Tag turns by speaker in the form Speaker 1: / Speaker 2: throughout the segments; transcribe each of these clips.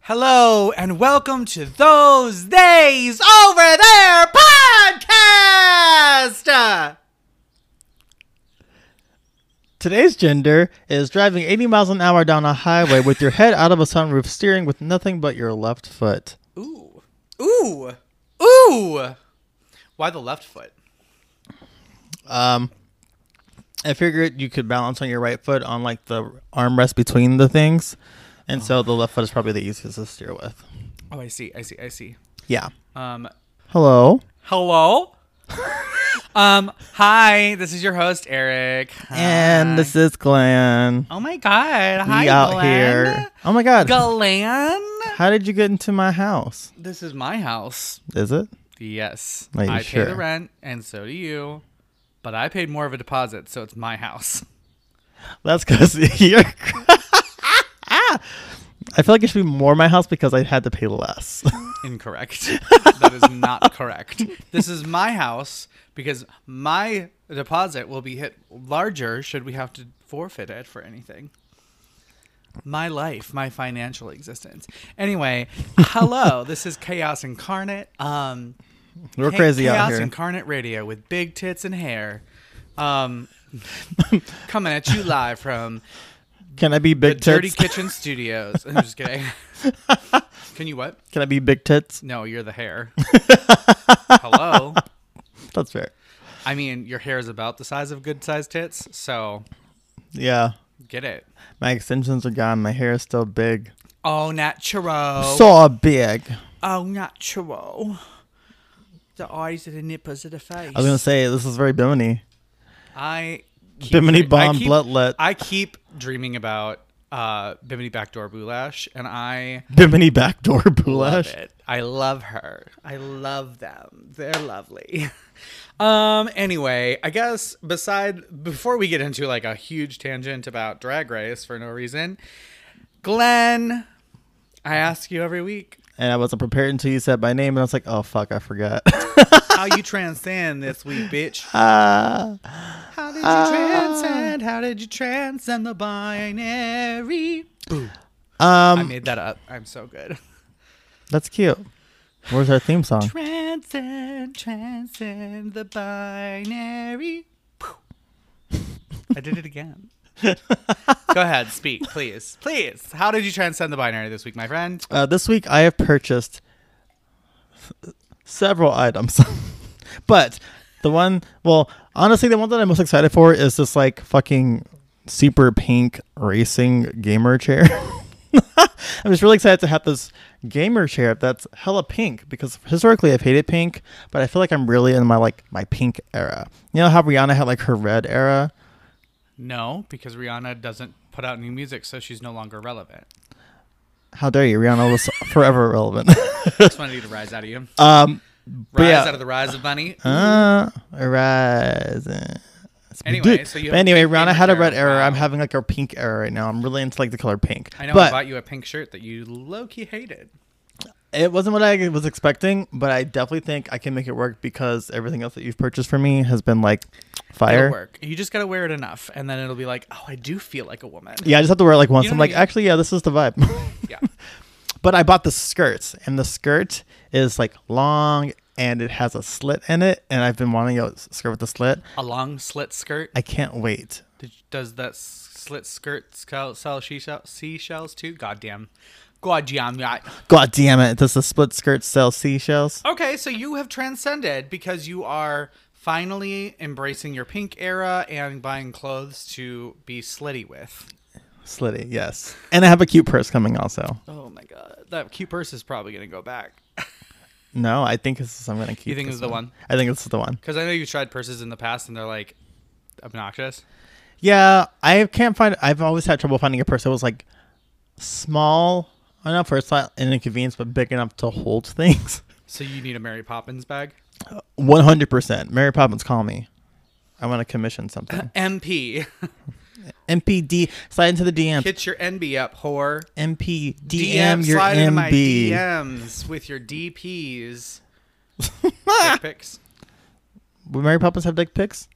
Speaker 1: Hello and welcome to Those Days Over There podcast.
Speaker 2: Today's gender is driving 80 miles an hour down a highway with your head out of a sunroof, steering with nothing but your left foot.
Speaker 1: Ooh. Ooh. Ooh. Why the left foot?
Speaker 2: Um, I figured you could balance on your right foot on like the armrest between the things, and so the left foot is probably the easiest to steer with.
Speaker 1: Oh, I see. I see. I see.
Speaker 2: Yeah.
Speaker 1: Um
Speaker 2: Hello.
Speaker 1: hello? um hi, this is your host Eric.
Speaker 2: And this is Glenn.
Speaker 1: Oh my god.
Speaker 2: We
Speaker 1: Hi
Speaker 2: out
Speaker 1: Glenn.
Speaker 2: here. Oh my God.
Speaker 1: Glenn?
Speaker 2: How did you get into my house?
Speaker 1: This is my house.
Speaker 2: Is it?
Speaker 1: Yes.
Speaker 2: Are you
Speaker 1: I pay the
Speaker 2: sure?
Speaker 1: rent, and so do you. But I paid more of a deposit, so it's my house.
Speaker 2: That's because you're. I feel like it should be more my house because I had to pay less.
Speaker 1: Incorrect. that is not correct. This is my house because my deposit will be hit larger should we have to forfeit it for anything. My life, my financial existence. Anyway, hello. this is Chaos Incarnate. Um,
Speaker 2: We're
Speaker 1: Ca-
Speaker 2: crazy
Speaker 1: Chaos
Speaker 2: out here.
Speaker 1: Incarnate Radio with big tits and hair. Um, coming at you live from
Speaker 2: Can I be
Speaker 1: the
Speaker 2: big
Speaker 1: Dirty
Speaker 2: tits?
Speaker 1: Kitchen Studios. I'm just kidding. Can you what?
Speaker 2: Can I be big tits?
Speaker 1: No, you're the hair. Hello.
Speaker 2: That's fair.
Speaker 1: I mean, your hair is about the size of good sized tits, so
Speaker 2: Yeah.
Speaker 1: get it.
Speaker 2: My extensions are gone. My hair is still big.
Speaker 1: Oh, natural.
Speaker 2: So big.
Speaker 1: oh, natural. The eyes and the nipples of the face.
Speaker 2: I was gonna say this is very bimini.
Speaker 1: I keep
Speaker 2: Bimini
Speaker 1: dre-
Speaker 2: Bomb
Speaker 1: I keep,
Speaker 2: Bloodlet.
Speaker 1: I keep dreaming about uh, Bimini Backdoor Boulash, and I
Speaker 2: Bimini backdoor
Speaker 1: love
Speaker 2: boulash.
Speaker 1: it. I love her. I love them. They're lovely. Um. Anyway, I guess beside before we get into like a huge tangent about Drag Race for no reason, Glenn, I ask you every week
Speaker 2: And I wasn't prepared until you said my name, and I was like, oh fuck, I forgot.
Speaker 1: how you transcend this week, bitch.
Speaker 2: Ah.
Speaker 1: How did you transcend? How did you transcend the binary? Boo. I
Speaker 2: um,
Speaker 1: made that up. I'm so good.
Speaker 2: that's cute. Where's our theme song?
Speaker 1: Transcend, transcend the binary. Phew. I did it again. Go ahead, speak, please. Please. How did you transcend the binary this week, my friend?
Speaker 2: Uh, this week I have purchased several items, but the one, well, honestly, the one that I'm most excited for is this like fucking super pink racing gamer chair. I'm just really excited to have this gamer chair that's hella pink because historically I've hated pink, but I feel like I'm really in my like my pink era. You know how Rihanna had like her red era?
Speaker 1: No, because Rihanna doesn't put out new music, so she's no longer relevant.
Speaker 2: How dare you? Rihanna was forever relevant.
Speaker 1: Just wanted you to rise out of you.
Speaker 2: um,
Speaker 1: Rise
Speaker 2: yeah.
Speaker 1: out of the rise of bunny.
Speaker 2: Uh, Horizon.
Speaker 1: Anyway,
Speaker 2: Dude,
Speaker 1: so you
Speaker 2: but
Speaker 1: have
Speaker 2: anyway,
Speaker 1: pink
Speaker 2: Rihanna
Speaker 1: favorite
Speaker 2: had a
Speaker 1: era.
Speaker 2: red error.
Speaker 1: Wow.
Speaker 2: I'm having like a pink error right now. I'm really into like the color pink.
Speaker 1: I know I
Speaker 2: but
Speaker 1: bought you a pink shirt that you low key hated.
Speaker 2: it wasn't what I was expecting. But I definitely think I can make it work because everything else that you've purchased for me has been like
Speaker 1: It'll
Speaker 2: fire.
Speaker 1: work. You just gotta wear it enough, and then it'll be like, oh, I do feel like a woman.
Speaker 2: Yeah, I just have to wear it like once.
Speaker 1: You know
Speaker 2: I'm
Speaker 1: what I
Speaker 2: like,
Speaker 1: mean?
Speaker 2: actually, yeah, this is the vibe.
Speaker 1: yeah.
Speaker 2: but I bought the skirts, and the skirt is like long and it has a slit in it. And I've been wanting a skirt with a slit.
Speaker 1: A long slit skirt.
Speaker 2: I can't wait.
Speaker 1: Did, does that s- slit skirt sell, sell seashell, seashells too? Goddamn. Goddamn. right.
Speaker 2: God damn it! Does the split skirt sell seashells?
Speaker 1: Okay, so you have transcended because you are finally embracing your pink era and buying clothes to be slitty with.
Speaker 2: Slitty, yes. And I have a cute purse coming also.
Speaker 1: Oh my god. That cute purse is probably going to go back.
Speaker 2: No, I think this is I'm gonna keep.
Speaker 1: think this is the one?
Speaker 2: I think this is the one.
Speaker 1: Because I know you've tried purses in the past and they're like obnoxious.
Speaker 2: Yeah, I can't find. I've always had trouble finding a purse that was like small enough for it's not an inconvenience, but big enough to hold things.
Speaker 1: So you need a Mary Poppins bag?
Speaker 2: One hundred percent. Mary Poppins, call me. I want to commission something.
Speaker 1: MP.
Speaker 2: MPD, slide into the DM.
Speaker 1: Get your NB up, whore.
Speaker 2: MPDM
Speaker 1: DM,
Speaker 2: your
Speaker 1: slide into my
Speaker 2: MB.
Speaker 1: DMs with your DPs. Dick pics.
Speaker 2: Would Mary Poppins have dick pics?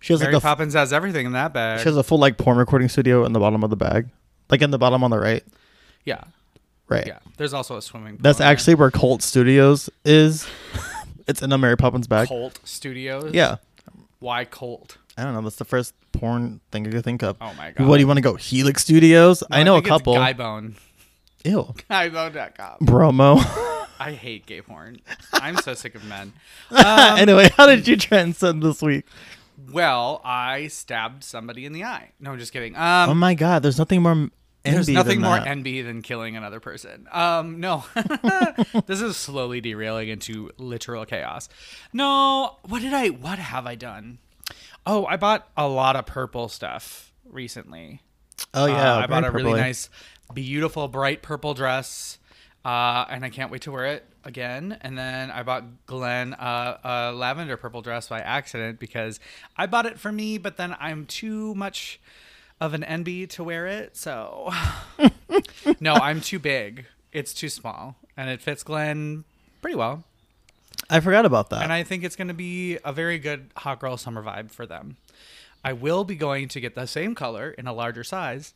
Speaker 2: She has
Speaker 1: Mary
Speaker 2: like a f-
Speaker 1: Poppins has everything in that bag.
Speaker 2: she has a full like porn recording studio in the bottom of the bag, like in the bottom on the right.
Speaker 1: yeah.
Speaker 2: Right.
Speaker 1: Yeah, there's also a swimming pool.
Speaker 2: That's
Speaker 1: in there.
Speaker 2: actually where Colt Studios is. it's in a Mary Poppins bag.
Speaker 1: Colt Studios.
Speaker 2: Yeah.
Speaker 1: Why Colt?
Speaker 2: I don't know. That's the first porn thing I could think of.
Speaker 1: Oh my
Speaker 2: What do
Speaker 1: God.
Speaker 2: you want to go? Helix Studios? I know
Speaker 1: a
Speaker 2: a couple.
Speaker 1: Guybone.
Speaker 2: Ew.
Speaker 1: Guybone.com.
Speaker 2: Bromo.
Speaker 1: I hate gay porn. I'm so sick of men.
Speaker 2: anyway, how did you transcend this week?
Speaker 1: Well, I stabbed somebody in the eye. No, I'm just kidding.
Speaker 2: Oh
Speaker 1: Um,
Speaker 2: my God. There's nothing more m- envy
Speaker 1: there's nothing
Speaker 2: than
Speaker 1: more
Speaker 2: that.
Speaker 1: envy than killing another person. Um, no, this is slowly derailing into literal chaos. No, what did I? What have I done? Oh, I bought a lot of purple stuff recently.
Speaker 2: oh yeah.
Speaker 1: Uh, I bought a
Speaker 2: very
Speaker 1: really
Speaker 2: purpley.
Speaker 1: nice, beautiful, bright purple dress, uh, and I can't wait to wear it again. And then I bought Glenn uh, a lavender purple dress by accident because I bought it for me, but then I'm too much of an NB to wear it. So, no, I'm too big. It's too small, and it fits Glenn pretty well.
Speaker 2: I forgot about that.
Speaker 1: And I think it's going to be a very good hot girl summer vibe for them. I will be going to get the same color in a larger size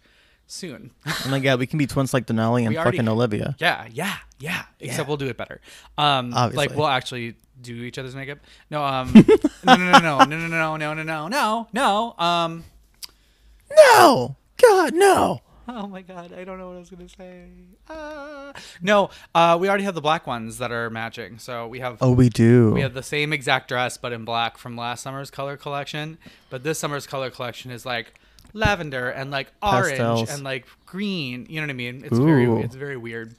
Speaker 1: soon.
Speaker 2: oh my God. We can be twins like Denali and
Speaker 1: We already
Speaker 2: fucking
Speaker 1: can.
Speaker 2: Olivia.
Speaker 1: yeah, yeah, yeah. Except
Speaker 2: Yeah.
Speaker 1: we'll do it better. Um, like
Speaker 2: Obviously.
Speaker 1: we'll actually do each other's makeup. No, um, no, no, no, no, no, no, no, no, no, no, no, no. Um,
Speaker 2: No. God, no.
Speaker 1: oh my god, I don't know what I was gonna say. Uh, no, uh, we already have the black ones that are matching. So we have
Speaker 2: Oh, we do.
Speaker 1: We have the same exact dress, but in black from last summer's color collection. But this summer's color collection is like lavender and like orange
Speaker 2: Pastels.
Speaker 1: and like green. You know what I mean? It's very
Speaker 2: Ooh.
Speaker 1: it's very weird,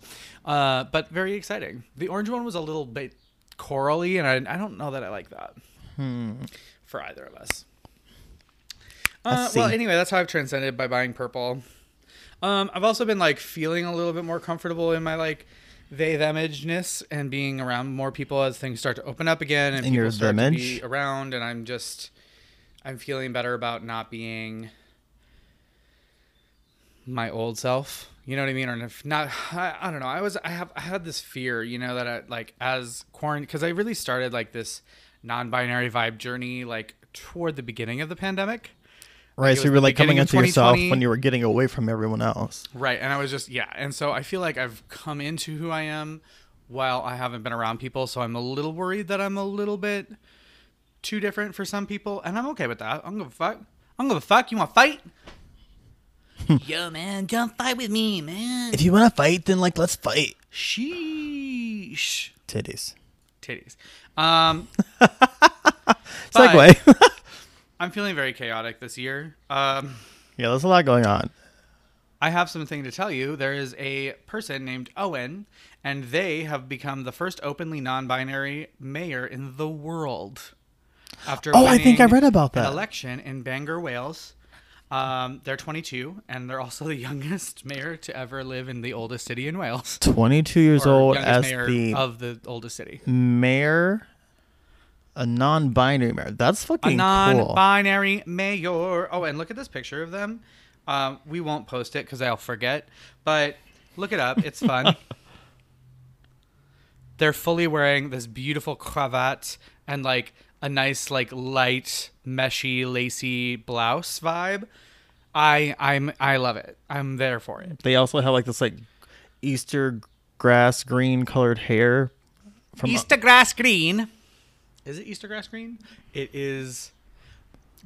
Speaker 1: uh, but very exciting. The orange one was a little bit corally, and I, I don't know that I like that
Speaker 2: Hmm.
Speaker 1: for either of us. Uh,
Speaker 2: see.
Speaker 1: well, anyway, that's how I've transcended by buying purple. Um, I've also been like feeling a little bit more comfortable in my like they them ness and being around more people as things start to open up again and
Speaker 2: In
Speaker 1: people
Speaker 2: your
Speaker 1: start to be
Speaker 2: them-age?
Speaker 1: around and I'm just I'm feeling better about not being my old self. You know what I mean? Or if not, I, I don't know. I was, I have, I had this fear, you know, that I, like as quarantine, because I really started like this non-binary vibe journey, like toward the beginning of the pandemic.
Speaker 2: Right,
Speaker 1: it
Speaker 2: so
Speaker 1: was
Speaker 2: you were
Speaker 1: the
Speaker 2: like coming
Speaker 1: beginning of
Speaker 2: into yourself
Speaker 1: 2020.
Speaker 2: when you were getting away from everyone else.
Speaker 1: Right. And I was just, yeah. And so I feel like I've come into who I am while I haven't been around people. So I'm a little worried that I'm a little bit too different for some people. And I'm okay with that. I'm going to fuck. I'm going to fuck. You want to fight? Yo, man, come fight with me, man.
Speaker 2: If you want to fight, then like let's fight.
Speaker 1: Sheesh.
Speaker 2: Titties.
Speaker 1: titties. Um, but
Speaker 2: Segway.
Speaker 1: I'm feeling very chaotic this year. Um,
Speaker 2: yeah, there's a lot going on.
Speaker 1: I have something to tell you. There is a person named Owen, and they have become the first openly non-binary mayor in the world. After
Speaker 2: Oh, I think I
Speaker 1: winning
Speaker 2: read about
Speaker 1: an
Speaker 2: that.
Speaker 1: election in Bangor, Wales. Um, they're 22, and they're also the youngest mayor to ever live in the oldest city in Wales.
Speaker 2: 22 years
Speaker 1: Or
Speaker 2: old
Speaker 1: youngest
Speaker 2: as
Speaker 1: mayor
Speaker 2: the
Speaker 1: of the oldest city.
Speaker 2: mayor, a non-binary mayor. That's
Speaker 1: a
Speaker 2: fucking cool.
Speaker 1: non-binary mayor. Oh, and look at this picture of them. Um, we won't post it because I'll forget. But look it up; it's fun. They're fully wearing this beautiful cravat and like a nice, like light, meshy, lacy blouse vibe. I I'm I love it. I'm there for it.
Speaker 2: They also have like this like Easter grass green colored hair. From
Speaker 1: Easter grass green. Is it Easter grass green? It is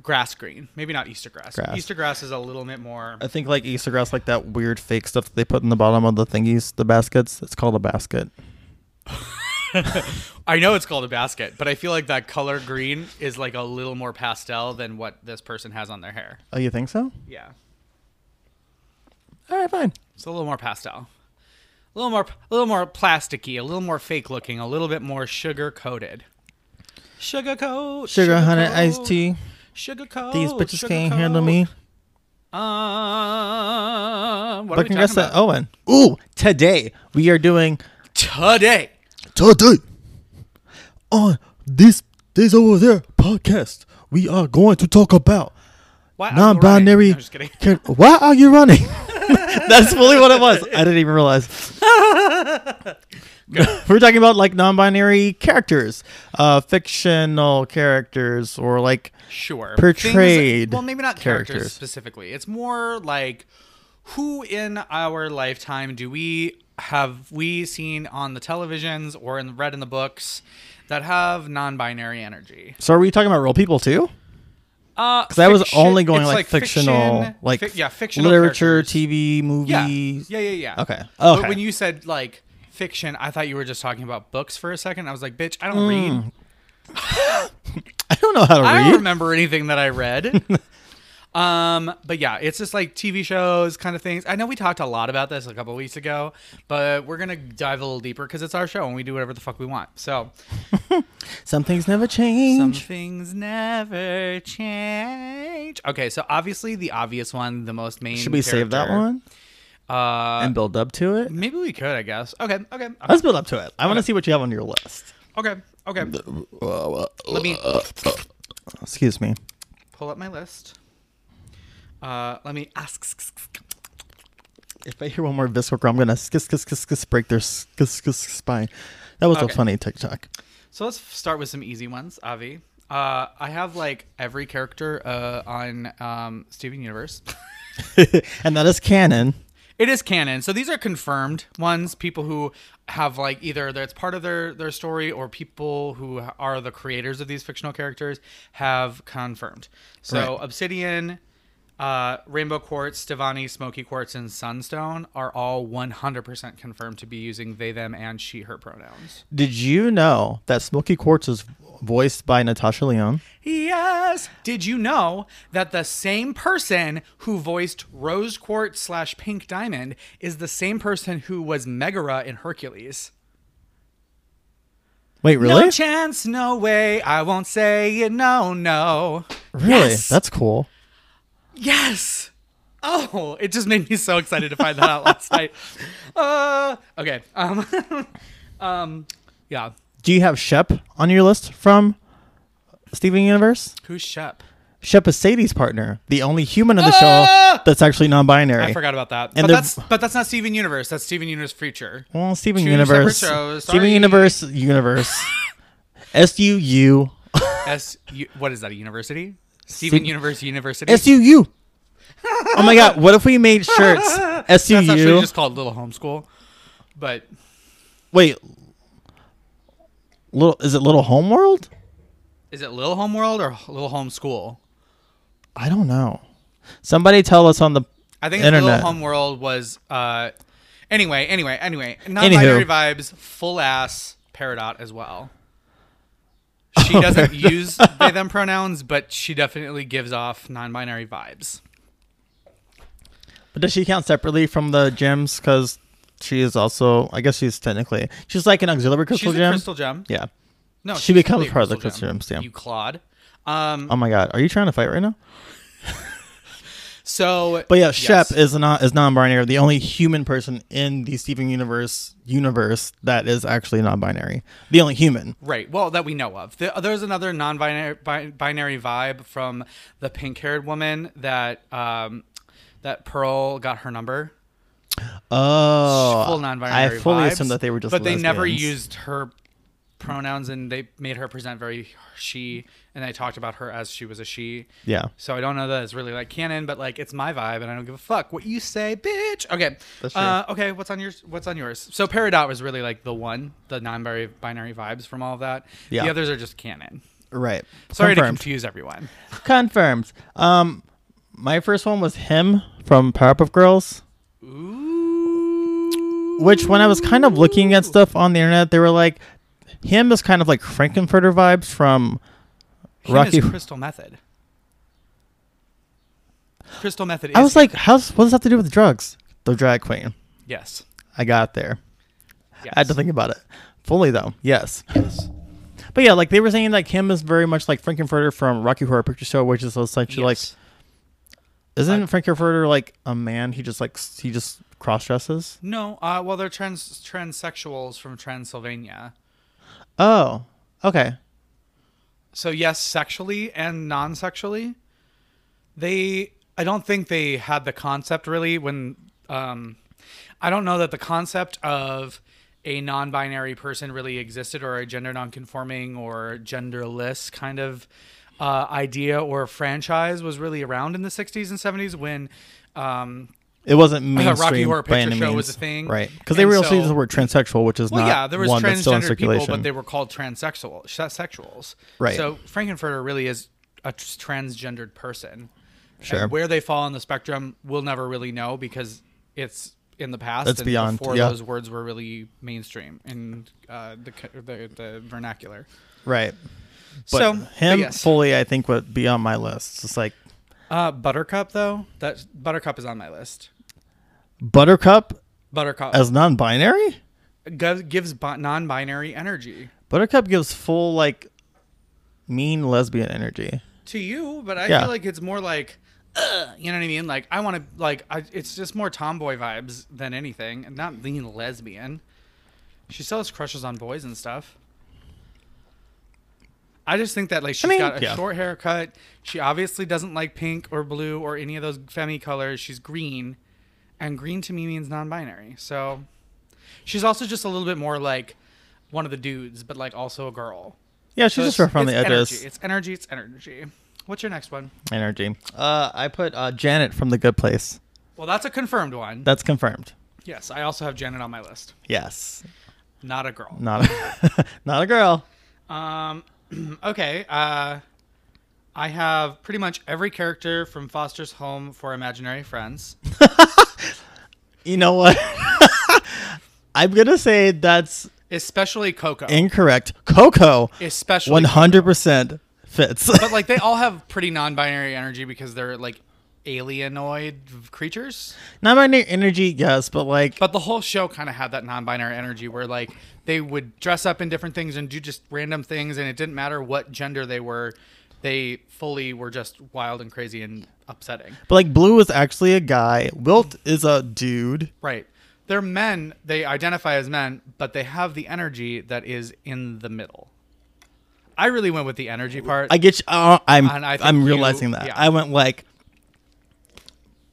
Speaker 1: grass green. Maybe not Easter grass.
Speaker 2: Grass.
Speaker 1: Easter grass is a little bit more.
Speaker 2: I think like Easter grass, like that weird fake stuff that they put in the bottom of the thingies, the baskets. It's called a basket.
Speaker 1: I know it's called a basket, but I feel like that color green is like a little more pastel than what this person has on their hair.
Speaker 2: Oh, you think so?
Speaker 1: Yeah.
Speaker 2: All right, fine.
Speaker 1: It's a little more pastel. A little more a little more plasticky, a little more fake looking, a little bit more sugar coated. Sugar coat.
Speaker 2: Sugar honey iced
Speaker 1: coat,
Speaker 2: tea.
Speaker 1: Sugar coat.
Speaker 2: These bitches
Speaker 1: sugar
Speaker 2: can't
Speaker 1: coat.
Speaker 2: handle me.
Speaker 1: Uh, what are we
Speaker 2: But
Speaker 1: talking
Speaker 2: congrats to
Speaker 1: about?
Speaker 2: Owen. Ooh, today we are doing
Speaker 1: Today.
Speaker 2: today on this this over there podcast. We are going to talk about
Speaker 1: Why are you running?
Speaker 2: non-binary.
Speaker 1: I'm just kidding.
Speaker 2: char- Why are you running? That's fully what it was. I didn't even realize. We're talking about like non-binary characters, uh, fictional characters, or like
Speaker 1: sure
Speaker 2: portrayed
Speaker 1: Things- well maybe not characters.
Speaker 2: characters.
Speaker 1: specifically it's more like who in our lifetime do we have we seen on the televisions or in read in the books that have non-binary energy? Uh,
Speaker 2: So are we talking about real people too?
Speaker 1: Because
Speaker 2: Because Uh, I was only going like, fictional, like
Speaker 1: yeah, fictional
Speaker 2: literature,
Speaker 1: characters.
Speaker 2: TV,
Speaker 1: yeah.
Speaker 2: movies.
Speaker 1: yeah, yeah, yeah.
Speaker 2: Okay.
Speaker 1: But
Speaker 2: Okay.
Speaker 1: when you said like fiction, I thought you were just talking about books for a second. I was like, bitch, I don't
Speaker 2: Hmm.
Speaker 1: read.
Speaker 2: I don't know how to
Speaker 1: I
Speaker 2: read.
Speaker 1: don't remember anything that I read. um, but yeah, it's just like TV shows kind of things. I know we talked a lot about this a couple weeks ago, but we're gonna dive a little deeper because it's our show and we do whatever the fuck we want. So
Speaker 2: Some things never
Speaker 1: some
Speaker 2: change.
Speaker 1: things never change. Okay, so obviously the obvious one, the most main.
Speaker 2: Should we save that
Speaker 1: character.
Speaker 2: one
Speaker 1: Uh,
Speaker 2: and build up to it?
Speaker 1: maybe we could, I guess. Okay, okay, okay,
Speaker 2: Let's build up to it. I want to see what you have on your list.
Speaker 1: okay. okay. Let me
Speaker 2: Excuse me.
Speaker 1: pull up my list. Uh, let me ask.
Speaker 2: If I hear one more Viscor, I'm gonna skis skis skis skis break their skis skis spine. That was
Speaker 1: Okay.
Speaker 2: a funny TikTok.
Speaker 1: So let's start with some easy ones, Avi. Uh, I have like every character uh, on um, Steven Universe.
Speaker 2: and that is canon.
Speaker 1: it is canon, so these are confirmed ones. People who have like either that's part of their their story, or people who are the creators of these fictional characters have confirmed. So
Speaker 2: Right.
Speaker 1: Obsidian, uh, Rainbow Quartz, Stevani, Smoky Quartz, and Sunstone are all 100% confirmed to be using they, them, and she, her pronouns.
Speaker 2: Did you know that Smoky Quartz is voiced by Natasha Leon?
Speaker 1: Yes. Did you know that the same person who voiced Rose Quartz slash Pink Diamond is the same person who was Megara in Hercules?
Speaker 2: Wait, really?
Speaker 1: No chance, no way. I won't say it. No, no.
Speaker 2: really?
Speaker 1: Yes.
Speaker 2: That's cool.
Speaker 1: Yes. Oh, it just made me so excited to find that out last night. Uh, okay. Um, um, yeah.
Speaker 2: Do you have Shep on your list from Steven Universe?
Speaker 1: Who's Shep?
Speaker 2: Shep is Sadie's partner, the only human on the
Speaker 1: Ah!
Speaker 2: show that's actually non-binary.
Speaker 1: I forgot about that. but
Speaker 2: And they're-
Speaker 1: that's but that's not Steven Universe. That's Steven Universe Future.
Speaker 2: Well, Steven
Speaker 1: Two
Speaker 2: Universe,
Speaker 1: separate shows, sorry.
Speaker 2: Steven Universe, Universe, S U U,
Speaker 1: S U what is that a university? Stephen Universe University.
Speaker 2: S U U. Oh my God! What if we made shirts S U
Speaker 1: That's actually
Speaker 2: U?
Speaker 1: just called Little Homeschool. But
Speaker 2: Wait, little is it Little Homeworld?
Speaker 1: is it Little Homeworld or Little Homeschool?
Speaker 2: I don't know. Somebody tell us on the
Speaker 1: I think
Speaker 2: Internet.
Speaker 1: Little Homeworld was uh anyway, anyway, anyway. Non-binary vibes, full ass Peridot as well. She
Speaker 2: Oh,
Speaker 1: doesn't
Speaker 2: Peridot.
Speaker 1: use they them pronouns, but she definitely gives off non-binary vibes.
Speaker 2: But does she count separately from the gems? Because she is also, I guess she's technically, she's like an auxiliary crystal
Speaker 1: She's a
Speaker 2: gem.
Speaker 1: crystal gem.
Speaker 2: Yeah.
Speaker 1: No,
Speaker 2: She
Speaker 1: she's totally
Speaker 2: becomes
Speaker 1: a
Speaker 2: part of the crystal
Speaker 1: gem.
Speaker 2: gems, yeah.
Speaker 1: You Claude. Um,
Speaker 2: Oh my God, are you trying to fight right now?
Speaker 1: so
Speaker 2: But yeah,
Speaker 1: yes.
Speaker 2: Shep is not is non-binary, the only human person in the Steven Universe universe that is actually non-binary, the only human.
Speaker 1: Right. Well, that we know of. There, there's another non-binary bi- binary vibe from the pink-haired woman that um, that Pearl got her number.
Speaker 2: Oh,
Speaker 1: Full non-binary.
Speaker 2: I fully
Speaker 1: vibes,
Speaker 2: assumed that they were just.
Speaker 1: But they never
Speaker 2: lesbians.
Speaker 1: used her pronouns, and they made her present very she, and they talked about her as she was a she.
Speaker 2: Yeah,
Speaker 1: So I don't know that it's really like canon, but like it's my vibe, and I don't give a fuck what you say, bitch. Okay.
Speaker 2: That's true.
Speaker 1: uh, okay. What's on yours? What's on yours? So Peridot was really like the one, the non-binary binary vibes from all of that.
Speaker 2: Yeah.
Speaker 1: The others are just canon.
Speaker 2: right.
Speaker 1: Sorry
Speaker 2: Confirmed.
Speaker 1: to confuse everyone.
Speaker 2: Confirmed. Um, my first one was him from Powerpuff Girls.
Speaker 1: Ooh.
Speaker 2: Which, when I was kind of looking at stuff on the internet, they were like, him is kind of like Frankenfurter vibes from
Speaker 1: Him
Speaker 2: Rocky.
Speaker 1: is Crystal Method. Crystal Method. Is
Speaker 2: I was like, how's what does that have to do with drugs? The drag queen.
Speaker 1: yes.
Speaker 2: I got there.
Speaker 1: yes.
Speaker 2: I had to think about it fully, though. Yes. Yes. But yeah, like they were saying, like him is very much like Frankenfurter from Rocky Horror Picture Show, which is essentially
Speaker 1: Yes.
Speaker 2: like, isn't Frankenfurter like a man? He just like s- he just cross dresses.
Speaker 1: no. Uh, well, they're trans transsexuals from Transylvania.
Speaker 2: Oh, okay.
Speaker 1: So yes, sexually and non-sexually, they. I don't think they had the concept really when. Um, I don't know that the concept of a non-binary person really existed, or a gender non-conforming or genderless kind of uh, idea or franchise was really around in the '60s and '70s when um,
Speaker 2: It wasn't
Speaker 1: Rocky
Speaker 2: mainstream
Speaker 1: Horror
Speaker 2: by
Speaker 1: Picture
Speaker 2: any
Speaker 1: Show
Speaker 2: means,
Speaker 1: was a thing,
Speaker 2: right? Because they
Speaker 1: and
Speaker 2: were also
Speaker 1: so-
Speaker 2: using the word transsexual, which is
Speaker 1: Well,
Speaker 2: not
Speaker 1: yeah, there was
Speaker 2: one that's still in
Speaker 1: transgender
Speaker 2: circulation.
Speaker 1: people, but they were called transsexual se- sexuals.
Speaker 2: Right.
Speaker 1: So Frankenfurter really is a tr- transgendered person.
Speaker 2: Sure.
Speaker 1: And where they fall on the spectrum, we'll never really know because it's in the past.
Speaker 2: That's
Speaker 1: and
Speaker 2: beyond-
Speaker 1: Before
Speaker 2: yeah.
Speaker 1: those words were really mainstream in uh, the, c- the the vernacular.
Speaker 2: right. But
Speaker 1: so but
Speaker 2: him
Speaker 1: yes.
Speaker 2: fully, I think, would be on my list. It's like
Speaker 1: Uh, Buttercup though, that Buttercup is on my list.
Speaker 2: Buttercup
Speaker 1: Buttercup
Speaker 2: as non-binary.
Speaker 1: gives, gives bi- non-binary energy
Speaker 2: Buttercup gives full like mean lesbian energy.
Speaker 1: to you, but I
Speaker 2: Yeah.
Speaker 1: feel like it's more like, "Ugh," you know what I mean? Like I want to like I, it's just more tomboy vibes than anything, and not being lesbian. She still has crushes on boys and stuff. I just think that like she's
Speaker 2: mean,
Speaker 1: got a
Speaker 2: yeah.
Speaker 1: short haircut. She obviously doesn't like pink or blue or any of those femi colors. She's green, and green to me means non-binary. So she's also just a little bit more like one of the dudes, but like also a girl.
Speaker 2: Yeah, she's
Speaker 1: So it's-
Speaker 2: just rough around the
Speaker 1: it's
Speaker 2: edges.
Speaker 1: Energy. It's energy. It's energy. What's your next one?
Speaker 2: Energy. Uh, I put uh, Janet from The Good Place.
Speaker 1: Well, that's a confirmed one.
Speaker 2: That's confirmed.
Speaker 1: yes, I also have Janet on my list.
Speaker 2: Yes,
Speaker 1: Not a girl.
Speaker 2: not a, not a girl.
Speaker 1: Um, okay. Uh, I have pretty much every character from Foster's Home for Imaginary Friends.
Speaker 2: You know what? I'm gonna say that's
Speaker 1: especially Coco.
Speaker 2: incorrect. Coco,
Speaker 1: especially,
Speaker 2: 100 percent fits.
Speaker 1: but like they all have pretty non-binary energy because they're like alienoid creatures.
Speaker 2: Not my ne- energy, yes, but like
Speaker 1: But the whole show kind of had that non-binary energy where like they would dress up in different things and do just random things, and it didn't matter what gender they were. They fully were just wild and crazy and upsetting.
Speaker 2: but like Blue is actually a guy. Wilt is a dude.
Speaker 1: Right. They're men. They identify as men, but they have the energy that is in the middle. I really went with the energy part.
Speaker 2: I get you. Uh, I'm
Speaker 1: And I think
Speaker 2: I'm
Speaker 1: you-
Speaker 2: realizing that.
Speaker 1: yeah.
Speaker 2: I went like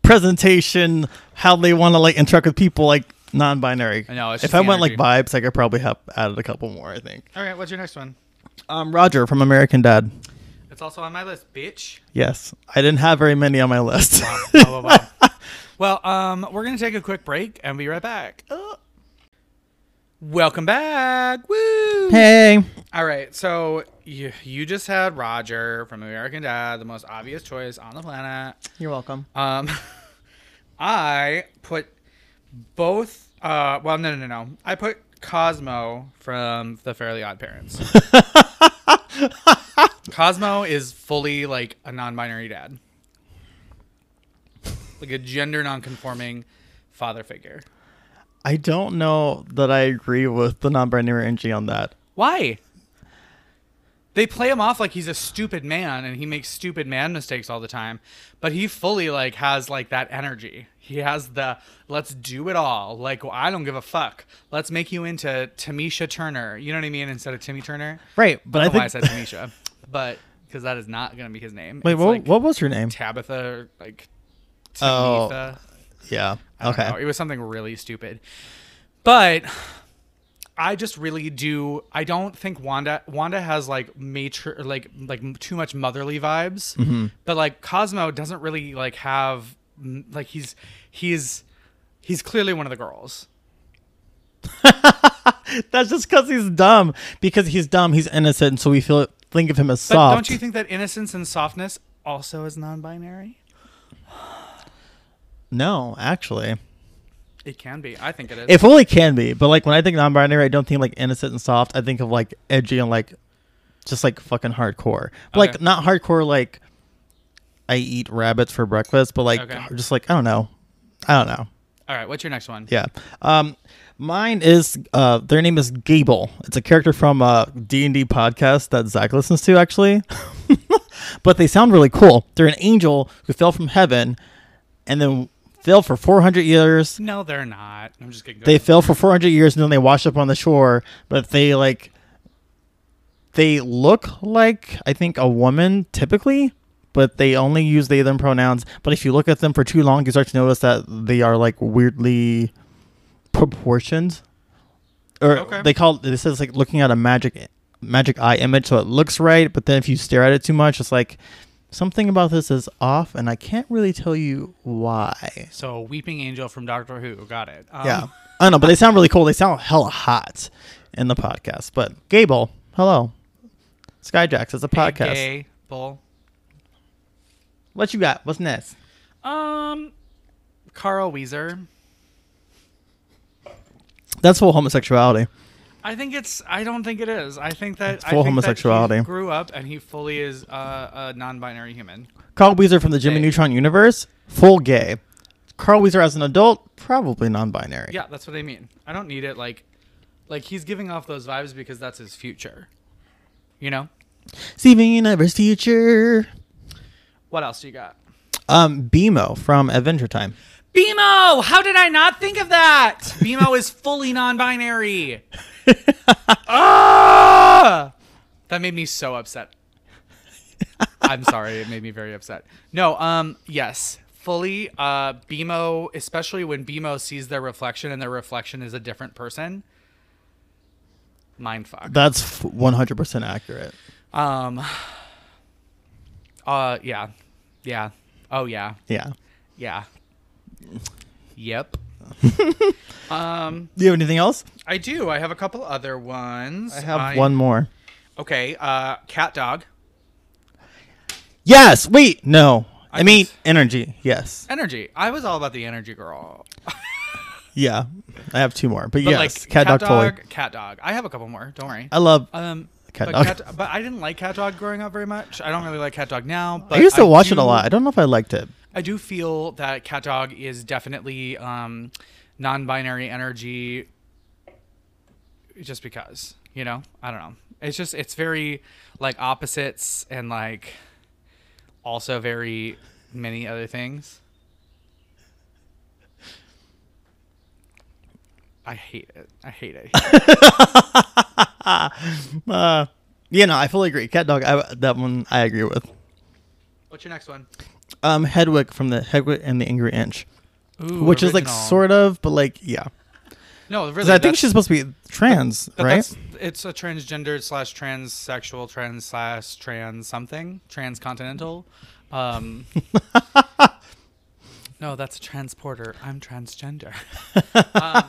Speaker 2: presentation, how they want to like interact with people, like non-binary.
Speaker 1: I know, it's
Speaker 2: if
Speaker 1: just
Speaker 2: I
Speaker 1: the
Speaker 2: went like
Speaker 1: energy.
Speaker 2: vibes, I could probably have added a couple more. I think.
Speaker 1: All right. What's your next one?
Speaker 2: Um, Roger from American Dad.
Speaker 1: It's also on my list, bitch.
Speaker 2: Yes, I didn't have very many on my list.
Speaker 1: Wow, wow, wow. well, um, we're gonna take a quick break and be right back. Welcome back. Woo!
Speaker 2: hey,
Speaker 1: All right, so you, you just had Roger from American Dad, the most obvious choice on the planet.
Speaker 2: you're welcome.
Speaker 1: Um, I put both. Uh, well, no, no, no, no. I put Cosmo from The Fairly Odd Parents. Cosmo is fully like a non-binary dad, like a gender non-conforming father figure.
Speaker 2: I don't know that I agree with the non-binary energy on that.
Speaker 1: Why? They play him off like he's a stupid man and he makes stupid man mistakes all the time, but he fully like has like that energy. He has the let's do it all. Like well, I don't give a fuck. Let's make you into Tamisha Turner. You know what I mean? Instead of Timmy Turner.
Speaker 2: Right, but I
Speaker 1: I don't know
Speaker 2: think.
Speaker 1: why I said Tamisha, but because that is not gonna be his name.
Speaker 2: wait,
Speaker 1: It's
Speaker 2: what,
Speaker 1: like
Speaker 2: what was your name?
Speaker 1: Tabitha or, like
Speaker 2: Oh,
Speaker 1: Tamitha.
Speaker 2: yeah.
Speaker 1: I don't
Speaker 2: Okay.
Speaker 1: know. It was something really stupid. But I just really do I don't think Wanda Wanda has like mature like like m- too much motherly vibes.
Speaker 2: Mm-hmm.
Speaker 1: But like Cosmo doesn't really like have m- like he's he's he's clearly one of the girls.
Speaker 2: That's just because he's dumb. Because he's dumb, he's innocent, so we feel think of him as
Speaker 1: But
Speaker 2: soft.
Speaker 1: don't you think that innocence and softness also is non-binary?
Speaker 2: no, actually,
Speaker 1: It can be. I think it is.
Speaker 2: it fully can be. But like when I think non-binary, I don't think like innocent and soft. I think of like edgy and like just like fucking hardcore. But, Like
Speaker 1: Okay.
Speaker 2: not hardcore like I eat rabbits for breakfast, but like
Speaker 1: Okay.
Speaker 2: just like I don't know, I don't know.
Speaker 1: All right, what's your next one?
Speaker 2: Yeah. Um, mine is uh, their name is Gable. It's a character from a D and D podcast that Zach listens to actually. but they sound really cool. They're an angel who fell from heaven, and then fell for four hundred years.
Speaker 1: No, they're not. I'm just kidding. Go
Speaker 2: They
Speaker 1: ahead.
Speaker 2: fell for four hundred years, and then they washed up on the shore. But they like, they look like I think a woman typically. But they only use they them pronouns. But if you look at them for too long, you start to notice that they are like weirdly proportioned or
Speaker 1: Okay.
Speaker 2: they call it this is like looking at a magic magic eye image so it looks right but then if you stare at it too much it's like something about this is off, and I can't really tell you why.
Speaker 1: So Weeping Angel from Doctor Who. Got it. Um,
Speaker 2: yeah, I don't know, but they sound really cool. They sound hella hot in the podcast. But Gable, hello, Skyjacks. It's a podcast.
Speaker 1: Gay bull.
Speaker 2: What you got? What's next?
Speaker 1: Um, Carl Weezer.
Speaker 2: That's full homosexuality.
Speaker 1: I think it's. I don't think it is. I think that
Speaker 2: It's full
Speaker 1: I think that he
Speaker 2: homosexuality.
Speaker 1: grew up and he fully is uh, a non-binary human.
Speaker 2: Carl Weezer from the Jimmy
Speaker 1: Gay.
Speaker 2: Neutron universe, full gay. Carl Weezer as an adult, probably non-binary.
Speaker 1: Yeah, that's what I mean. I don't need it. Like, like he's giving off those vibes because that's his future. You know.
Speaker 2: Steven Universe Future.
Speaker 1: What else do you got?
Speaker 2: Um, Bimo from Adventure Time.
Speaker 1: Bemo! How did I not think of that? Bemo is fully non-binary. ah! That made me so upset. I'm sorry, it made me very upset. No, um, yes. Fully uh Bemo, especially when Bemo sees their reflection and their reflection is a different person. Mindfuck.
Speaker 2: That's one hundred percent accurate.
Speaker 1: Um Uh yeah. Yeah. Oh yeah.
Speaker 2: Yeah.
Speaker 1: Yeah. Yep. um,
Speaker 2: Do you have anything else?
Speaker 1: I do. I have a couple other ones.
Speaker 2: I have one more.
Speaker 1: Okay. Uh, cat dog
Speaker 2: Yes. Wait. No. I,
Speaker 1: I
Speaker 2: mean
Speaker 1: guess-
Speaker 2: energy. Yes.
Speaker 1: energy. I was all about the energy girl. But
Speaker 2: Yeah. I have two more, but, yes,
Speaker 1: like
Speaker 2: cat, dog, toy.
Speaker 1: cat dog. I have a couple more. Don't worry.
Speaker 2: I love.
Speaker 1: Um,
Speaker 2: Cat
Speaker 1: but
Speaker 2: dog.
Speaker 1: Cat, but I didn't like cat dog growing up very much. I don't really like cat dog now. But
Speaker 2: I used to watch it
Speaker 1: do-
Speaker 2: a lot. I don't know if I liked it.
Speaker 1: I do feel that cat dog is definitely um, non-binary energy. Just because, you know, I don't know. It's just it's very like opposites and like also very many other things. I hate it. I hate it. I hate it.
Speaker 2: Uh, yeah. No, I fully agree. Cat dog. I, that one I agree with.
Speaker 1: What's your next one?
Speaker 2: Um, Hedwig from the Hedwig and the Angry Inch,
Speaker 1: Ooh,
Speaker 2: which is like sort of, but like yeah.
Speaker 1: No, really.
Speaker 2: 'Cause I think
Speaker 1: that's-
Speaker 2: she's supposed to be trans,
Speaker 1: But
Speaker 2: right?
Speaker 1: that's- It's a transgender slash transsexual trans slash trans something transcontinental. Um, no, that's a transporter. I'm transgender. um,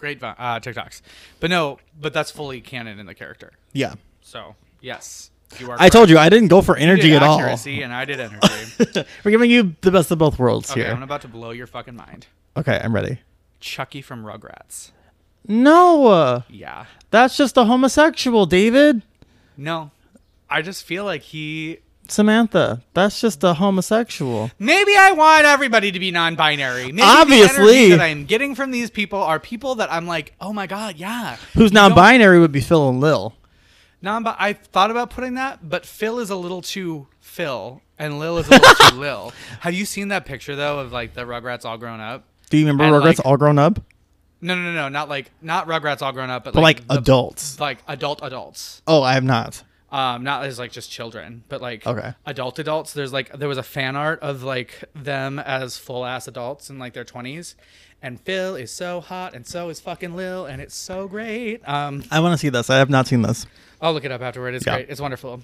Speaker 1: great vi- uh, TikToks, but no, but that's fully canon in the character.
Speaker 2: Yeah.
Speaker 1: So yes, you are.
Speaker 2: I told you I didn't go for energy
Speaker 1: did
Speaker 2: at all.
Speaker 1: accuracy, and I did energy.
Speaker 2: We're giving you the best of both worlds
Speaker 1: okay,
Speaker 2: here.
Speaker 1: I'm about to blow your fucking mind.
Speaker 2: okay, I'm ready.
Speaker 1: Chucky from Rugrats.
Speaker 2: No, uh,
Speaker 1: Yeah.
Speaker 2: that's just a homosexual, David.
Speaker 1: No, I just feel like he
Speaker 2: Samantha, that's just a homosexual.
Speaker 1: Maybe I want everybody to be non-binary. Maybe the
Speaker 2: Obviously.
Speaker 1: energy that I'm getting from these people are people that I'm like, oh my god, yeah.
Speaker 2: Who's non-binary would be Phil and Lil.
Speaker 1: Non, but I thought about putting that, but Phil is a little too Phil, and Lil is a little too Lil. Have you seen that picture though of like the Rugrats all grown up?
Speaker 2: Do you remember
Speaker 1: And,
Speaker 2: Rugrats
Speaker 1: like-
Speaker 2: all grown up?
Speaker 1: No, no, no, no, not like not Rugrats all grown up, but,
Speaker 2: But like,
Speaker 1: the-
Speaker 2: adults.
Speaker 1: like adult adults.
Speaker 2: Oh, I have not.
Speaker 1: um not as like just children but like
Speaker 2: Okay.
Speaker 1: adult adults there's like there was a fan art of like them as full ass adults in like their 20s and phil is so hot and so is fucking lil and it's so great um
Speaker 2: I want to see this. I have not seen this.
Speaker 1: i'll look it up afterward it's
Speaker 2: Yeah.
Speaker 1: great it's wonderful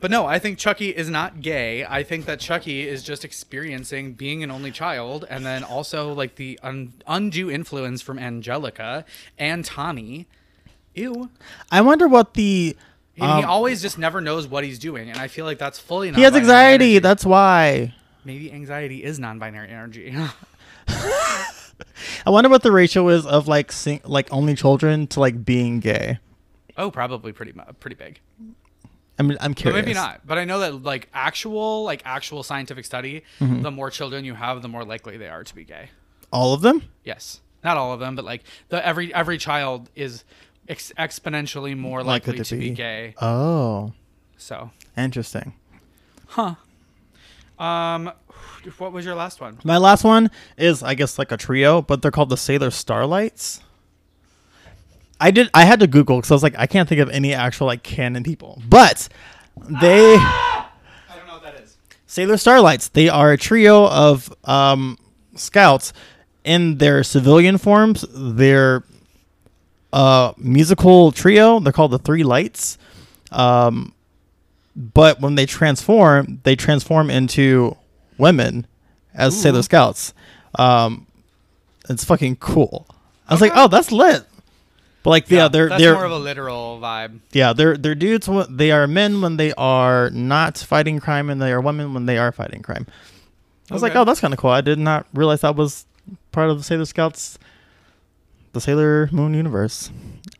Speaker 1: but no i think chucky is not gay i think that chucky is just experiencing being an only child and then also like the un- undue influence from angelica and tommy ew
Speaker 2: I wonder what the.
Speaker 1: he, he always just never knows what he's doing, and I feel like that's fully.
Speaker 2: Um, He has
Speaker 1: non-binary
Speaker 2: anxiety.
Speaker 1: energy.
Speaker 2: That's why.
Speaker 1: maybe anxiety is non-binary energy.
Speaker 2: I wonder what the ratio is of like sing- like only children to like being gay.
Speaker 1: oh, probably pretty mu- pretty big,
Speaker 2: I mean, I'm
Speaker 1: but
Speaker 2: curious.
Speaker 1: maybe not. But I know that like actual like actual scientific study,
Speaker 2: Mm-hmm.
Speaker 1: the more children you have, the more likely they are to be gay.
Speaker 2: all of them.
Speaker 1: Yes, not all of them, but like the every every child is ex- exponentially more
Speaker 2: Likely
Speaker 1: likely,
Speaker 2: to
Speaker 1: to be.
Speaker 2: be.
Speaker 1: gay.
Speaker 2: Oh,
Speaker 1: So,
Speaker 2: interesting.
Speaker 1: um, what was your last one?
Speaker 2: My last one is, I guess, like a trio, but they're called the Sailor Starlights. I did. I had to Google because I was like, I can't think of any actual like canon people, but they
Speaker 1: Ah! I don't know what that is.
Speaker 2: Sailor Starlights. They are a trio of um, scouts in their civilian forms. uh, They're a musical trio. They're called the Three Lights. Um, But when they transform, they transform into women as Sailor Scouts. Um, it's fucking cool. I was like,
Speaker 1: Okay.
Speaker 2: oh, that's lit. But like, yeah, they're
Speaker 1: that's
Speaker 2: they're
Speaker 1: more of a literal vibe.
Speaker 2: yeah they're they're dudes. When, they are men when they are not fighting crime, and they are women when they are fighting crime. I was like,
Speaker 1: Okay.
Speaker 2: oh, that's kind of cool. I did not realize that was part of the Sailor Scouts, the Sailor Moon universe.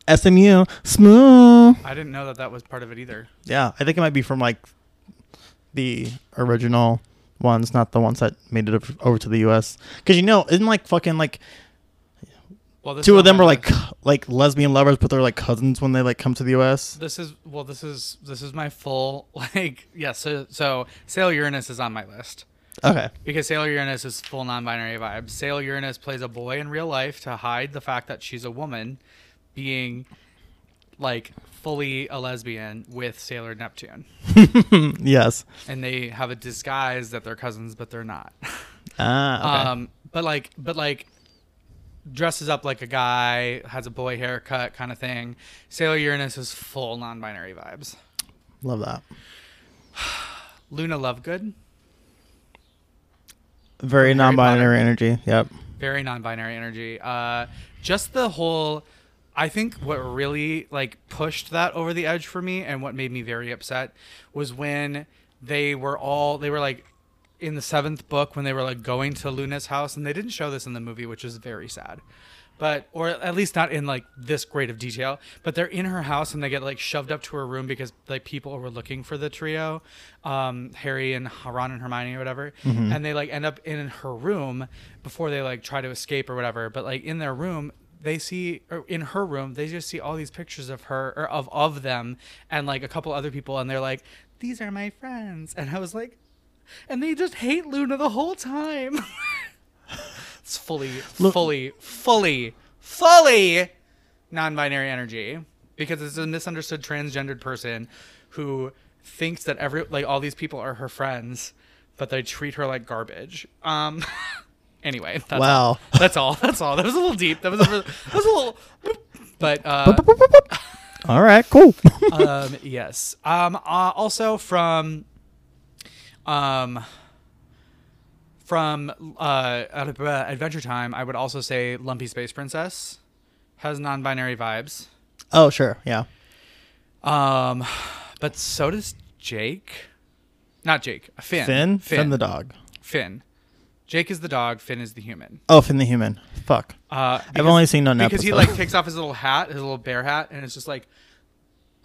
Speaker 2: SMU, smooth.
Speaker 1: I didn't know that that was part of it either.
Speaker 2: Yeah, I think it might be from like the original ones, not the ones that made it ov- over to the U.S. Because you know, isn't like fucking like
Speaker 1: Well, this
Speaker 2: two
Speaker 1: is
Speaker 2: of
Speaker 1: on
Speaker 2: them
Speaker 1: my
Speaker 2: are like
Speaker 1: list.
Speaker 2: like lesbian lovers, but they're like cousins when they like come to the U.S.
Speaker 1: This is well. This is this is my full like yeah. So so Sailor Uranus is on my list
Speaker 2: Okay,
Speaker 1: because Sailor Uranus is full non-binary vibe. Sailor Uranus plays a boy in real life to hide the fact that she's a woman, being like fully a lesbian with Sailor Neptune,
Speaker 2: Mm, yes.
Speaker 1: and they have a disguise that they're cousins, but they're not.
Speaker 2: Ah, okay.
Speaker 1: Um, but like, but like, dresses up like a guy, has a boy haircut, kind of thing. Sailor Uranus is full non-binary vibes.
Speaker 2: love that.
Speaker 1: Luna Lovegood, Harry
Speaker 2: Very
Speaker 1: Potter.
Speaker 2: non-binary energy. Yep.
Speaker 1: very non-binary energy. Uh, just the whole. I think what really like pushed that over the edge for me, and what made me very upset, was when they were all they were like in the seventh book when they were like going to Luna's house, and they didn't show this in the movie, which is very sad. But or at least not in like this great of detail. But they're in her house and they get like shoved up to her room because like people were looking for the trio, um, Harry and Ron and Hermione or whatever. And they like end up in her room before they like try to escape or whatever. But like in their room, they see or in her room they just see all these pictures of her or of of them and like a couple other people and they're like these are my friends and i was like and they just hate luna the whole time it's fully fully fully fully non-binary energy because it's a misunderstood transgendered person who thinks that every like all these people are her friends but they treat her like garbage um anyway that's all.
Speaker 2: Wow.
Speaker 1: That's all. That's all. That was a little deep. That was a, that was a little. But uh,
Speaker 2: All right. Cool.
Speaker 1: um, yes. Um, uh, also from um, from uh, Adventure Time, I would also say Lumpy Space Princess has non-binary vibes.
Speaker 2: oh sure. Yeah.
Speaker 1: Um, but so does Jake. Not Jake. uh, Finn.
Speaker 2: Finn.
Speaker 1: Finn.
Speaker 2: Finn the dog.
Speaker 1: Finn. Jake is the dog. Finn is the human.
Speaker 2: Oh, Finn the human. Fuck.
Speaker 1: Uh, because,
Speaker 2: only seen one
Speaker 1: because he
Speaker 2: episode.
Speaker 1: like takes off his little hat, his little bear hat, and it's just like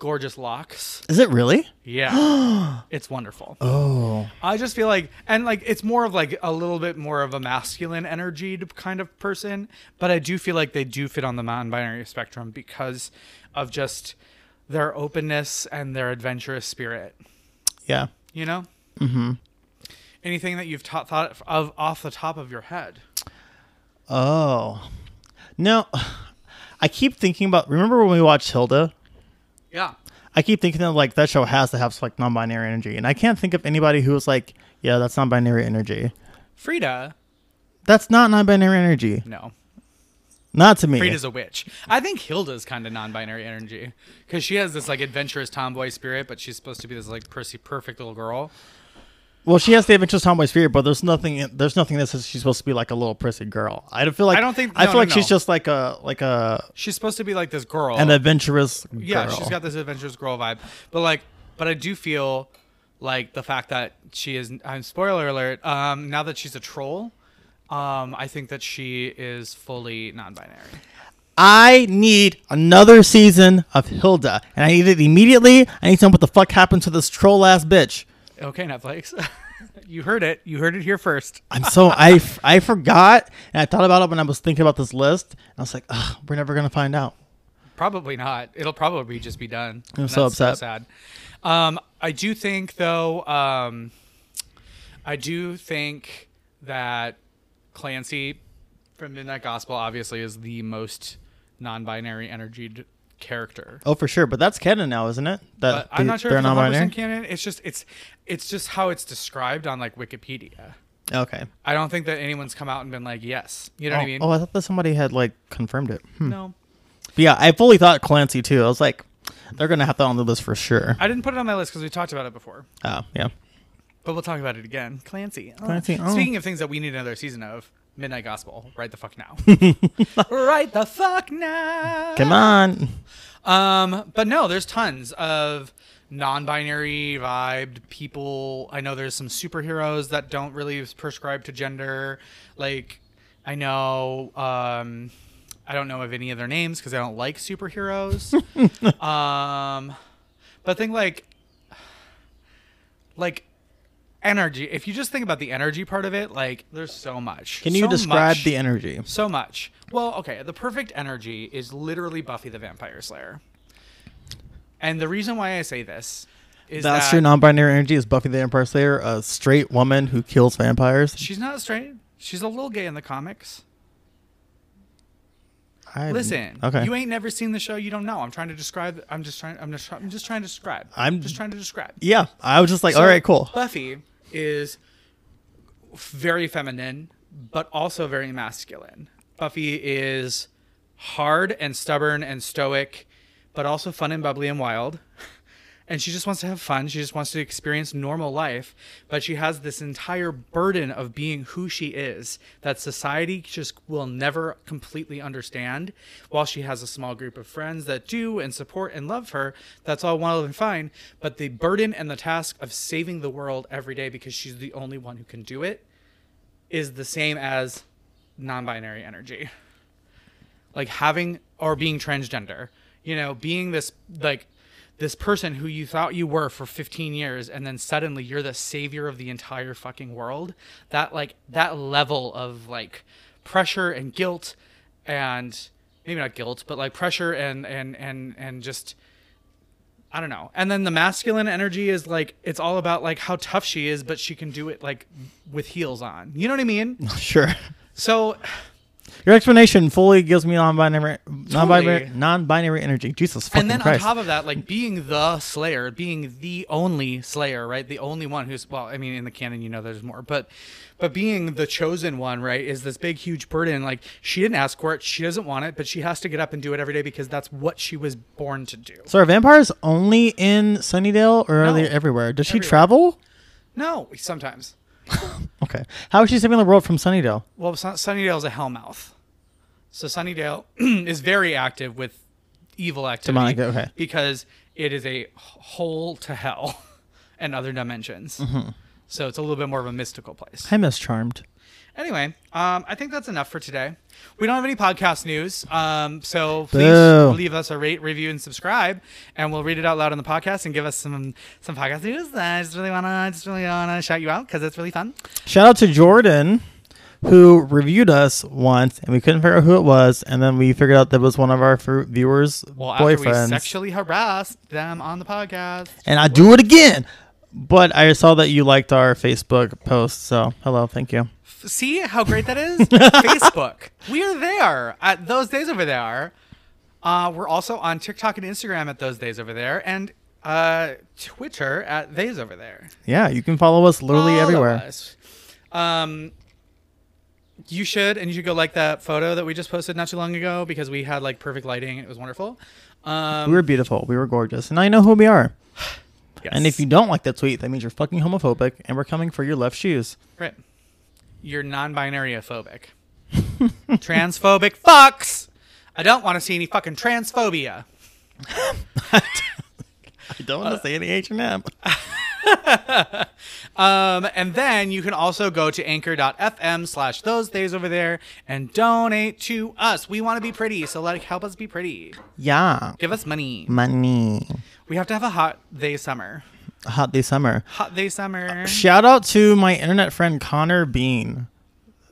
Speaker 1: gorgeous locks.
Speaker 2: Is it really?
Speaker 1: Yeah, it's wonderful.
Speaker 2: Oh.
Speaker 1: I just feel like, and like it's more of like a little bit more of a masculine energy to- kind of person, but I do feel like they do fit on the non-binary spectrum because of just their openness and their adventurous spirit.
Speaker 2: Yeah.
Speaker 1: You know. Mm-hmm. Anything that you've ta- thought of off the top of your head?
Speaker 2: Oh. No. I keep thinking about remember when we watched Hilda?
Speaker 1: Yeah.
Speaker 2: I keep thinking that like that show has to have like non binary energy. And I can't think of anybody who was like, Yeah, that's non binary energy.
Speaker 1: Frida.
Speaker 2: That's not non binary energy.
Speaker 1: No.
Speaker 2: Not to me.
Speaker 1: Frida's a witch. I think Hilda's kind of non-binary energy because she has this like adventurous tomboy spirit, but she's supposed to be this like prissy, perfect little girl.
Speaker 2: well, she has the adventurous tomboy spirit, but there's nothing there's nothing that says she's supposed to be like a little prissy girl. I don't feel like
Speaker 1: I don't think-
Speaker 2: I
Speaker 1: no,
Speaker 2: feel
Speaker 1: no,
Speaker 2: like
Speaker 1: no.
Speaker 2: she's just like a like a
Speaker 1: She's supposed to be like this girl.
Speaker 2: an adventurous girl.
Speaker 1: yeah, she's got this adventurous girl vibe. But like, but I do feel like the fact that she is. I'm spoiler alert. Um, now that she's a troll, um, I think that she is fully non-binary.
Speaker 2: I need another season of Hilda. And I need it immediately. I need to know what the fuck happened to this troll ass bitch.
Speaker 1: Okay, Netflix. you heard it. You heard it here first.
Speaker 2: I'm so I, f- I forgot and I thought about it when I was thinking about this list. And I was like, Ugh, we're never gonna find out.
Speaker 1: Probably not. It'll probably just be done.
Speaker 2: I'm
Speaker 1: And
Speaker 2: so
Speaker 1: that's
Speaker 2: upset.
Speaker 1: sad. Um, I do think though. Um, I do think that Clancy from Midnight Gospel obviously is the most non-binary energy character.
Speaker 2: Oh, for sure. But that's canon now, isn't it?
Speaker 1: But
Speaker 2: That
Speaker 1: I'm
Speaker 2: Uh, they-
Speaker 1: not sure if
Speaker 2: they're
Speaker 1: it's 100
Speaker 2: non-binary.
Speaker 1: canon. It's just it's it's just how it's described on like Wikipedia.
Speaker 2: Okay.
Speaker 1: I don't think that anyone's come out and been like, yes. You know
Speaker 2: oh,
Speaker 1: what I mean?
Speaker 2: oh, I thought that somebody had like confirmed it. Hmm.
Speaker 1: No.
Speaker 2: But yeah, I fully thought Clancy too. I was like, They're gonna have that on the list for sure.
Speaker 1: I didn't put it on my list because we talked about it before,
Speaker 2: Uh, yeah.
Speaker 1: but we'll talk about it again. Clancy. Oh.
Speaker 2: Clancy, oh.
Speaker 1: Speaking of things that we need another season of, Midnight Gospel. Right the fuck now. right the fuck now.
Speaker 2: Come on.
Speaker 1: Um, but no, there's tons of non-binary vibed people. I know there's some superheroes that don't really prescribe to gender. Like, I know, um, I don't know of any of their names because I don't like superheroes. um, but think like, like energy. If you just think about the energy part of it, like there's so much.
Speaker 2: Can you
Speaker 1: So
Speaker 2: describe
Speaker 1: much-
Speaker 2: the energy?
Speaker 1: so much. Well, okay, the perfect energy is literally Buffy the Vampire Slayer. And the reason why I say this is
Speaker 2: That's
Speaker 1: that
Speaker 2: your non-binary energy. Is Buffy the Vampire Slayer a straight woman who kills vampires?
Speaker 1: she's not straight. She's a little gay in the comics.
Speaker 2: I,
Speaker 1: Listen,
Speaker 2: Okay.
Speaker 1: you ain't never seen the show, you don't know. I'm trying to describe. I'm just trying. I'm just. I'm just trying to describe.
Speaker 2: I'm-
Speaker 1: just trying to describe.
Speaker 2: yeah, I was just like,
Speaker 1: So,
Speaker 2: all right, cool.
Speaker 1: Buffy is very feminine, but also very masculine. Buffy is hard and stubborn and stoic, but also fun and bubbly and wild. And she just wants to have fun. She just wants to experience normal life. But she has this entire burden of being who she is that society just will never completely understand. While she has a small group of friends that do and support and love her, that's all well and fine. But the burden and the task of saving the world every day because she's the only one who can do it is the same as non binary energy like having or being transgender you know being this like this person who you thought you were for 15 years and then suddenly you're the savior of the entire fucking world that like that level of like pressure and guilt and maybe not guilt but like pressure and and and and just I don't know. And then the masculine energy is like it's all about like how tough she is, but she can do it like with heels on. You know what I mean?
Speaker 2: Sure.
Speaker 1: So
Speaker 2: Your explanation fully gives me non-binary, non-binary,
Speaker 1: Totally.
Speaker 2: non-binary energy. Jesus fucking
Speaker 1: and then
Speaker 2: Christ.
Speaker 1: on top of that, like being the Slayer, being the only Slayer, right? The only one who's well, I mean, in the canon, you know, there's more, but but being the chosen one, right, is this big, huge burden. Like she didn't ask for it, she doesn't want it, but she has to get up and do it every day because that's what she was born to do.
Speaker 2: so are vampires only in Sunnydale, or are
Speaker 1: No.
Speaker 2: they everywhere? Does she
Speaker 1: Everywhere.
Speaker 2: travel?
Speaker 1: No, sometimes.
Speaker 2: Okay. How is she saving the world from Sunnydale?
Speaker 1: Well, Sun- Sunnydale's a hellmouth, so Sunnydale is very active with evil activity
Speaker 2: Demonic, okay.
Speaker 1: because it is a hole to hell and other dimensions.
Speaker 2: Mm-hmm.
Speaker 1: So it's a little bit more of a mystical place.
Speaker 2: I miss Charmed.
Speaker 1: Anyway, um, I think that's enough for today. We don't have any podcast news, um, so please
Speaker 2: Boo.
Speaker 1: leave us a rate, review, and subscribe, and we'll read it out loud on the podcast and give us some some podcast news. I just really wanna, I just really wanna shout you out because it's really fun.
Speaker 2: Shout out to Jordan, who reviewed us once, and we couldn't figure out who it was, and then we figured out that it was one of our fr- viewers'
Speaker 1: Well, after we
Speaker 2: boyfriends.
Speaker 1: sexually harassed them on the podcast,
Speaker 2: and I do it again. But I saw that you liked our Facebook post, so hello, thank you.
Speaker 1: F- see how great that is. Facebook, we are there at those days over there. Uh, we're also on TikTok and Instagram at those days over there, and uh, Twitter at days over there.
Speaker 2: Yeah, you can follow us literally
Speaker 1: All of
Speaker 2: everywhere.
Speaker 1: us. Um, you should, and you should go like that photo that we just posted not too long ago because we had like perfect lighting. It was wonderful. Um,
Speaker 2: We were beautiful, we were gorgeous, and now you know who we are.
Speaker 1: yes.
Speaker 2: And if you don't like that tweet, that means you're fucking homophobic, and we're coming for your left shoes.
Speaker 1: right, you're non-binary phobic, transphobic fucks. I don't want to see any fucking transphobia.
Speaker 2: I don't want to say any H and M.
Speaker 1: Um, and then you can also go to anchor.fm slash those days over there and donate to us. We want to be pretty, so like help us be pretty.
Speaker 2: Yeah,
Speaker 1: Give us money.
Speaker 2: money.
Speaker 1: We have to have a hot day summer.
Speaker 2: Hot this summer.
Speaker 1: Hot day summer.
Speaker 2: Shout out to my internet friend Connor Bean.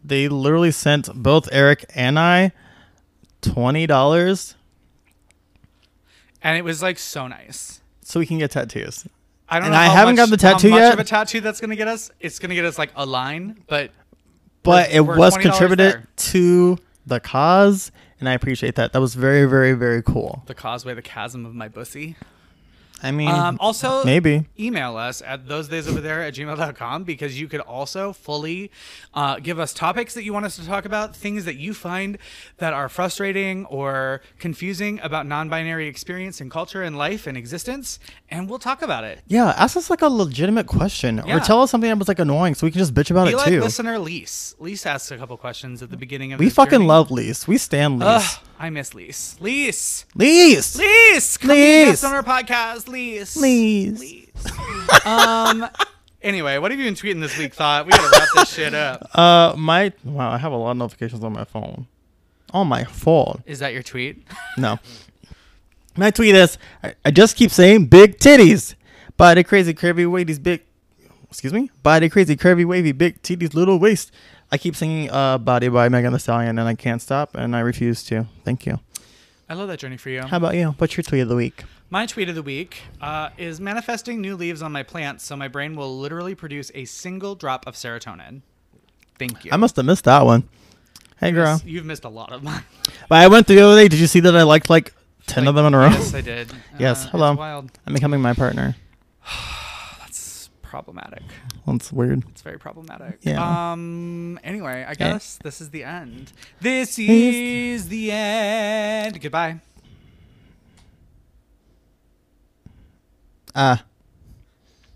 Speaker 2: They literally sent both Eric and I twenty dollars
Speaker 1: and it was like so nice.
Speaker 2: so we can get tattoos.
Speaker 1: I don't
Speaker 2: And
Speaker 1: know.
Speaker 2: I
Speaker 1: how
Speaker 2: haven't
Speaker 1: much-
Speaker 2: gotten the tattoo
Speaker 1: how much
Speaker 2: yet.
Speaker 1: Of a tattoo that's gonna get us. It's gonna get us like a line, but
Speaker 2: But
Speaker 1: We're-
Speaker 2: it
Speaker 1: we're
Speaker 2: was
Speaker 1: $20
Speaker 2: contributed
Speaker 1: there.
Speaker 2: to the cause, and I appreciate that. That was very, very, very cool.
Speaker 1: the causeway, the chasm of my bussy.
Speaker 2: I mean,
Speaker 1: Um, also,
Speaker 2: Mm, maybe.
Speaker 1: email us at those days over there at gmail.com because you could also fully uh, give us topics that you want us to talk about, things that you find that are frustrating or confusing about non binary experience and culture and life and existence, and we'll talk about it.
Speaker 2: yeah, ask us like a legitimate question
Speaker 1: Yeah.
Speaker 2: or tell us something that was like annoying so we can just bitch about
Speaker 1: Be
Speaker 2: it
Speaker 1: like
Speaker 2: too.
Speaker 1: listener Lise. Lise asked a couple questions at the beginning of
Speaker 2: we
Speaker 1: this
Speaker 2: fucking
Speaker 1: journey.
Speaker 2: love Lise. We stand Lise.
Speaker 1: Ugh, I miss Lise. Lise!
Speaker 2: Lise!
Speaker 1: Lise! Come be a guest
Speaker 2: Lise.
Speaker 1: on our podcast, Lise.
Speaker 2: Lise.
Speaker 1: Lise. um. Anyway, what have you been tweeting this week? Thought we gotta wrap this shit up.
Speaker 2: Uh, my wow, I have a lot of notifications on my phone. On my phone.
Speaker 1: Is that your tweet?
Speaker 2: No. My tweet is I, I just keep saying big titties. By the crazy curvy wavy's big excuse me? By the crazy curvy wavy big titties little waist. I keep singing uh Body by Megan Thee Stallion and I can't stop and I refuse to. Thank you.
Speaker 1: I love that journey for you.
Speaker 2: How about you? What's your tweet of the week?
Speaker 1: My tweet of the week uh, is manifesting new leaves on my plants so my brain will literally produce a single drop of serotonin. Thank you.
Speaker 2: I must have missed that one. Hey girl.
Speaker 1: You've missed a lot of mine.
Speaker 2: But I went through the other day. Did you see that I liked like ten of them in a row?
Speaker 1: Yes, I did.
Speaker 2: Yes,
Speaker 1: Uh,
Speaker 2: hello.
Speaker 1: It's wild. Oh,
Speaker 2: I'm becoming my partner.
Speaker 1: That's problematic.
Speaker 2: That's weird.
Speaker 1: It's very problematic.
Speaker 2: Yeah.
Speaker 1: Um. Anyway, I guess this is the end. This is the end. Goodbye.
Speaker 2: Ah.